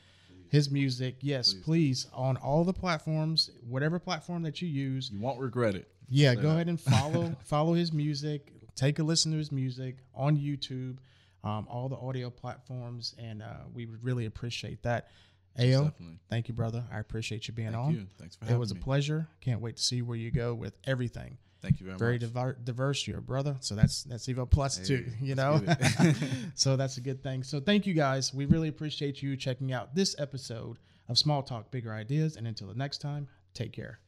S1: his music. Yes, please,
S2: Please.
S1: on all the platforms, whatever platform that you use.
S2: You won't regret it.
S1: Yeah,
S2: Say
S1: go
S2: that.
S1: ahead and follow follow his music. Take a listen to his music on YouTube, um, all the audio platforms, and uh, we would really appreciate that.
S2: Most
S1: Ayo,
S2: definitely.
S1: thank you, brother. I appreciate you being
S2: Thank
S1: on.
S2: you. Thanks for
S1: It
S2: having
S1: was a
S2: me.
S1: pleasure. Can't wait to see where you go with everything
S2: Thank you very,
S1: very
S2: much.
S1: diver- diverse your brother so that's that's even a plus
S2: Hey,
S1: too you know
S2: let's get it.
S1: so that's a good thing so thank you guys we really appreciate you checking out this episode of small talk bigger ideas and until the next time take care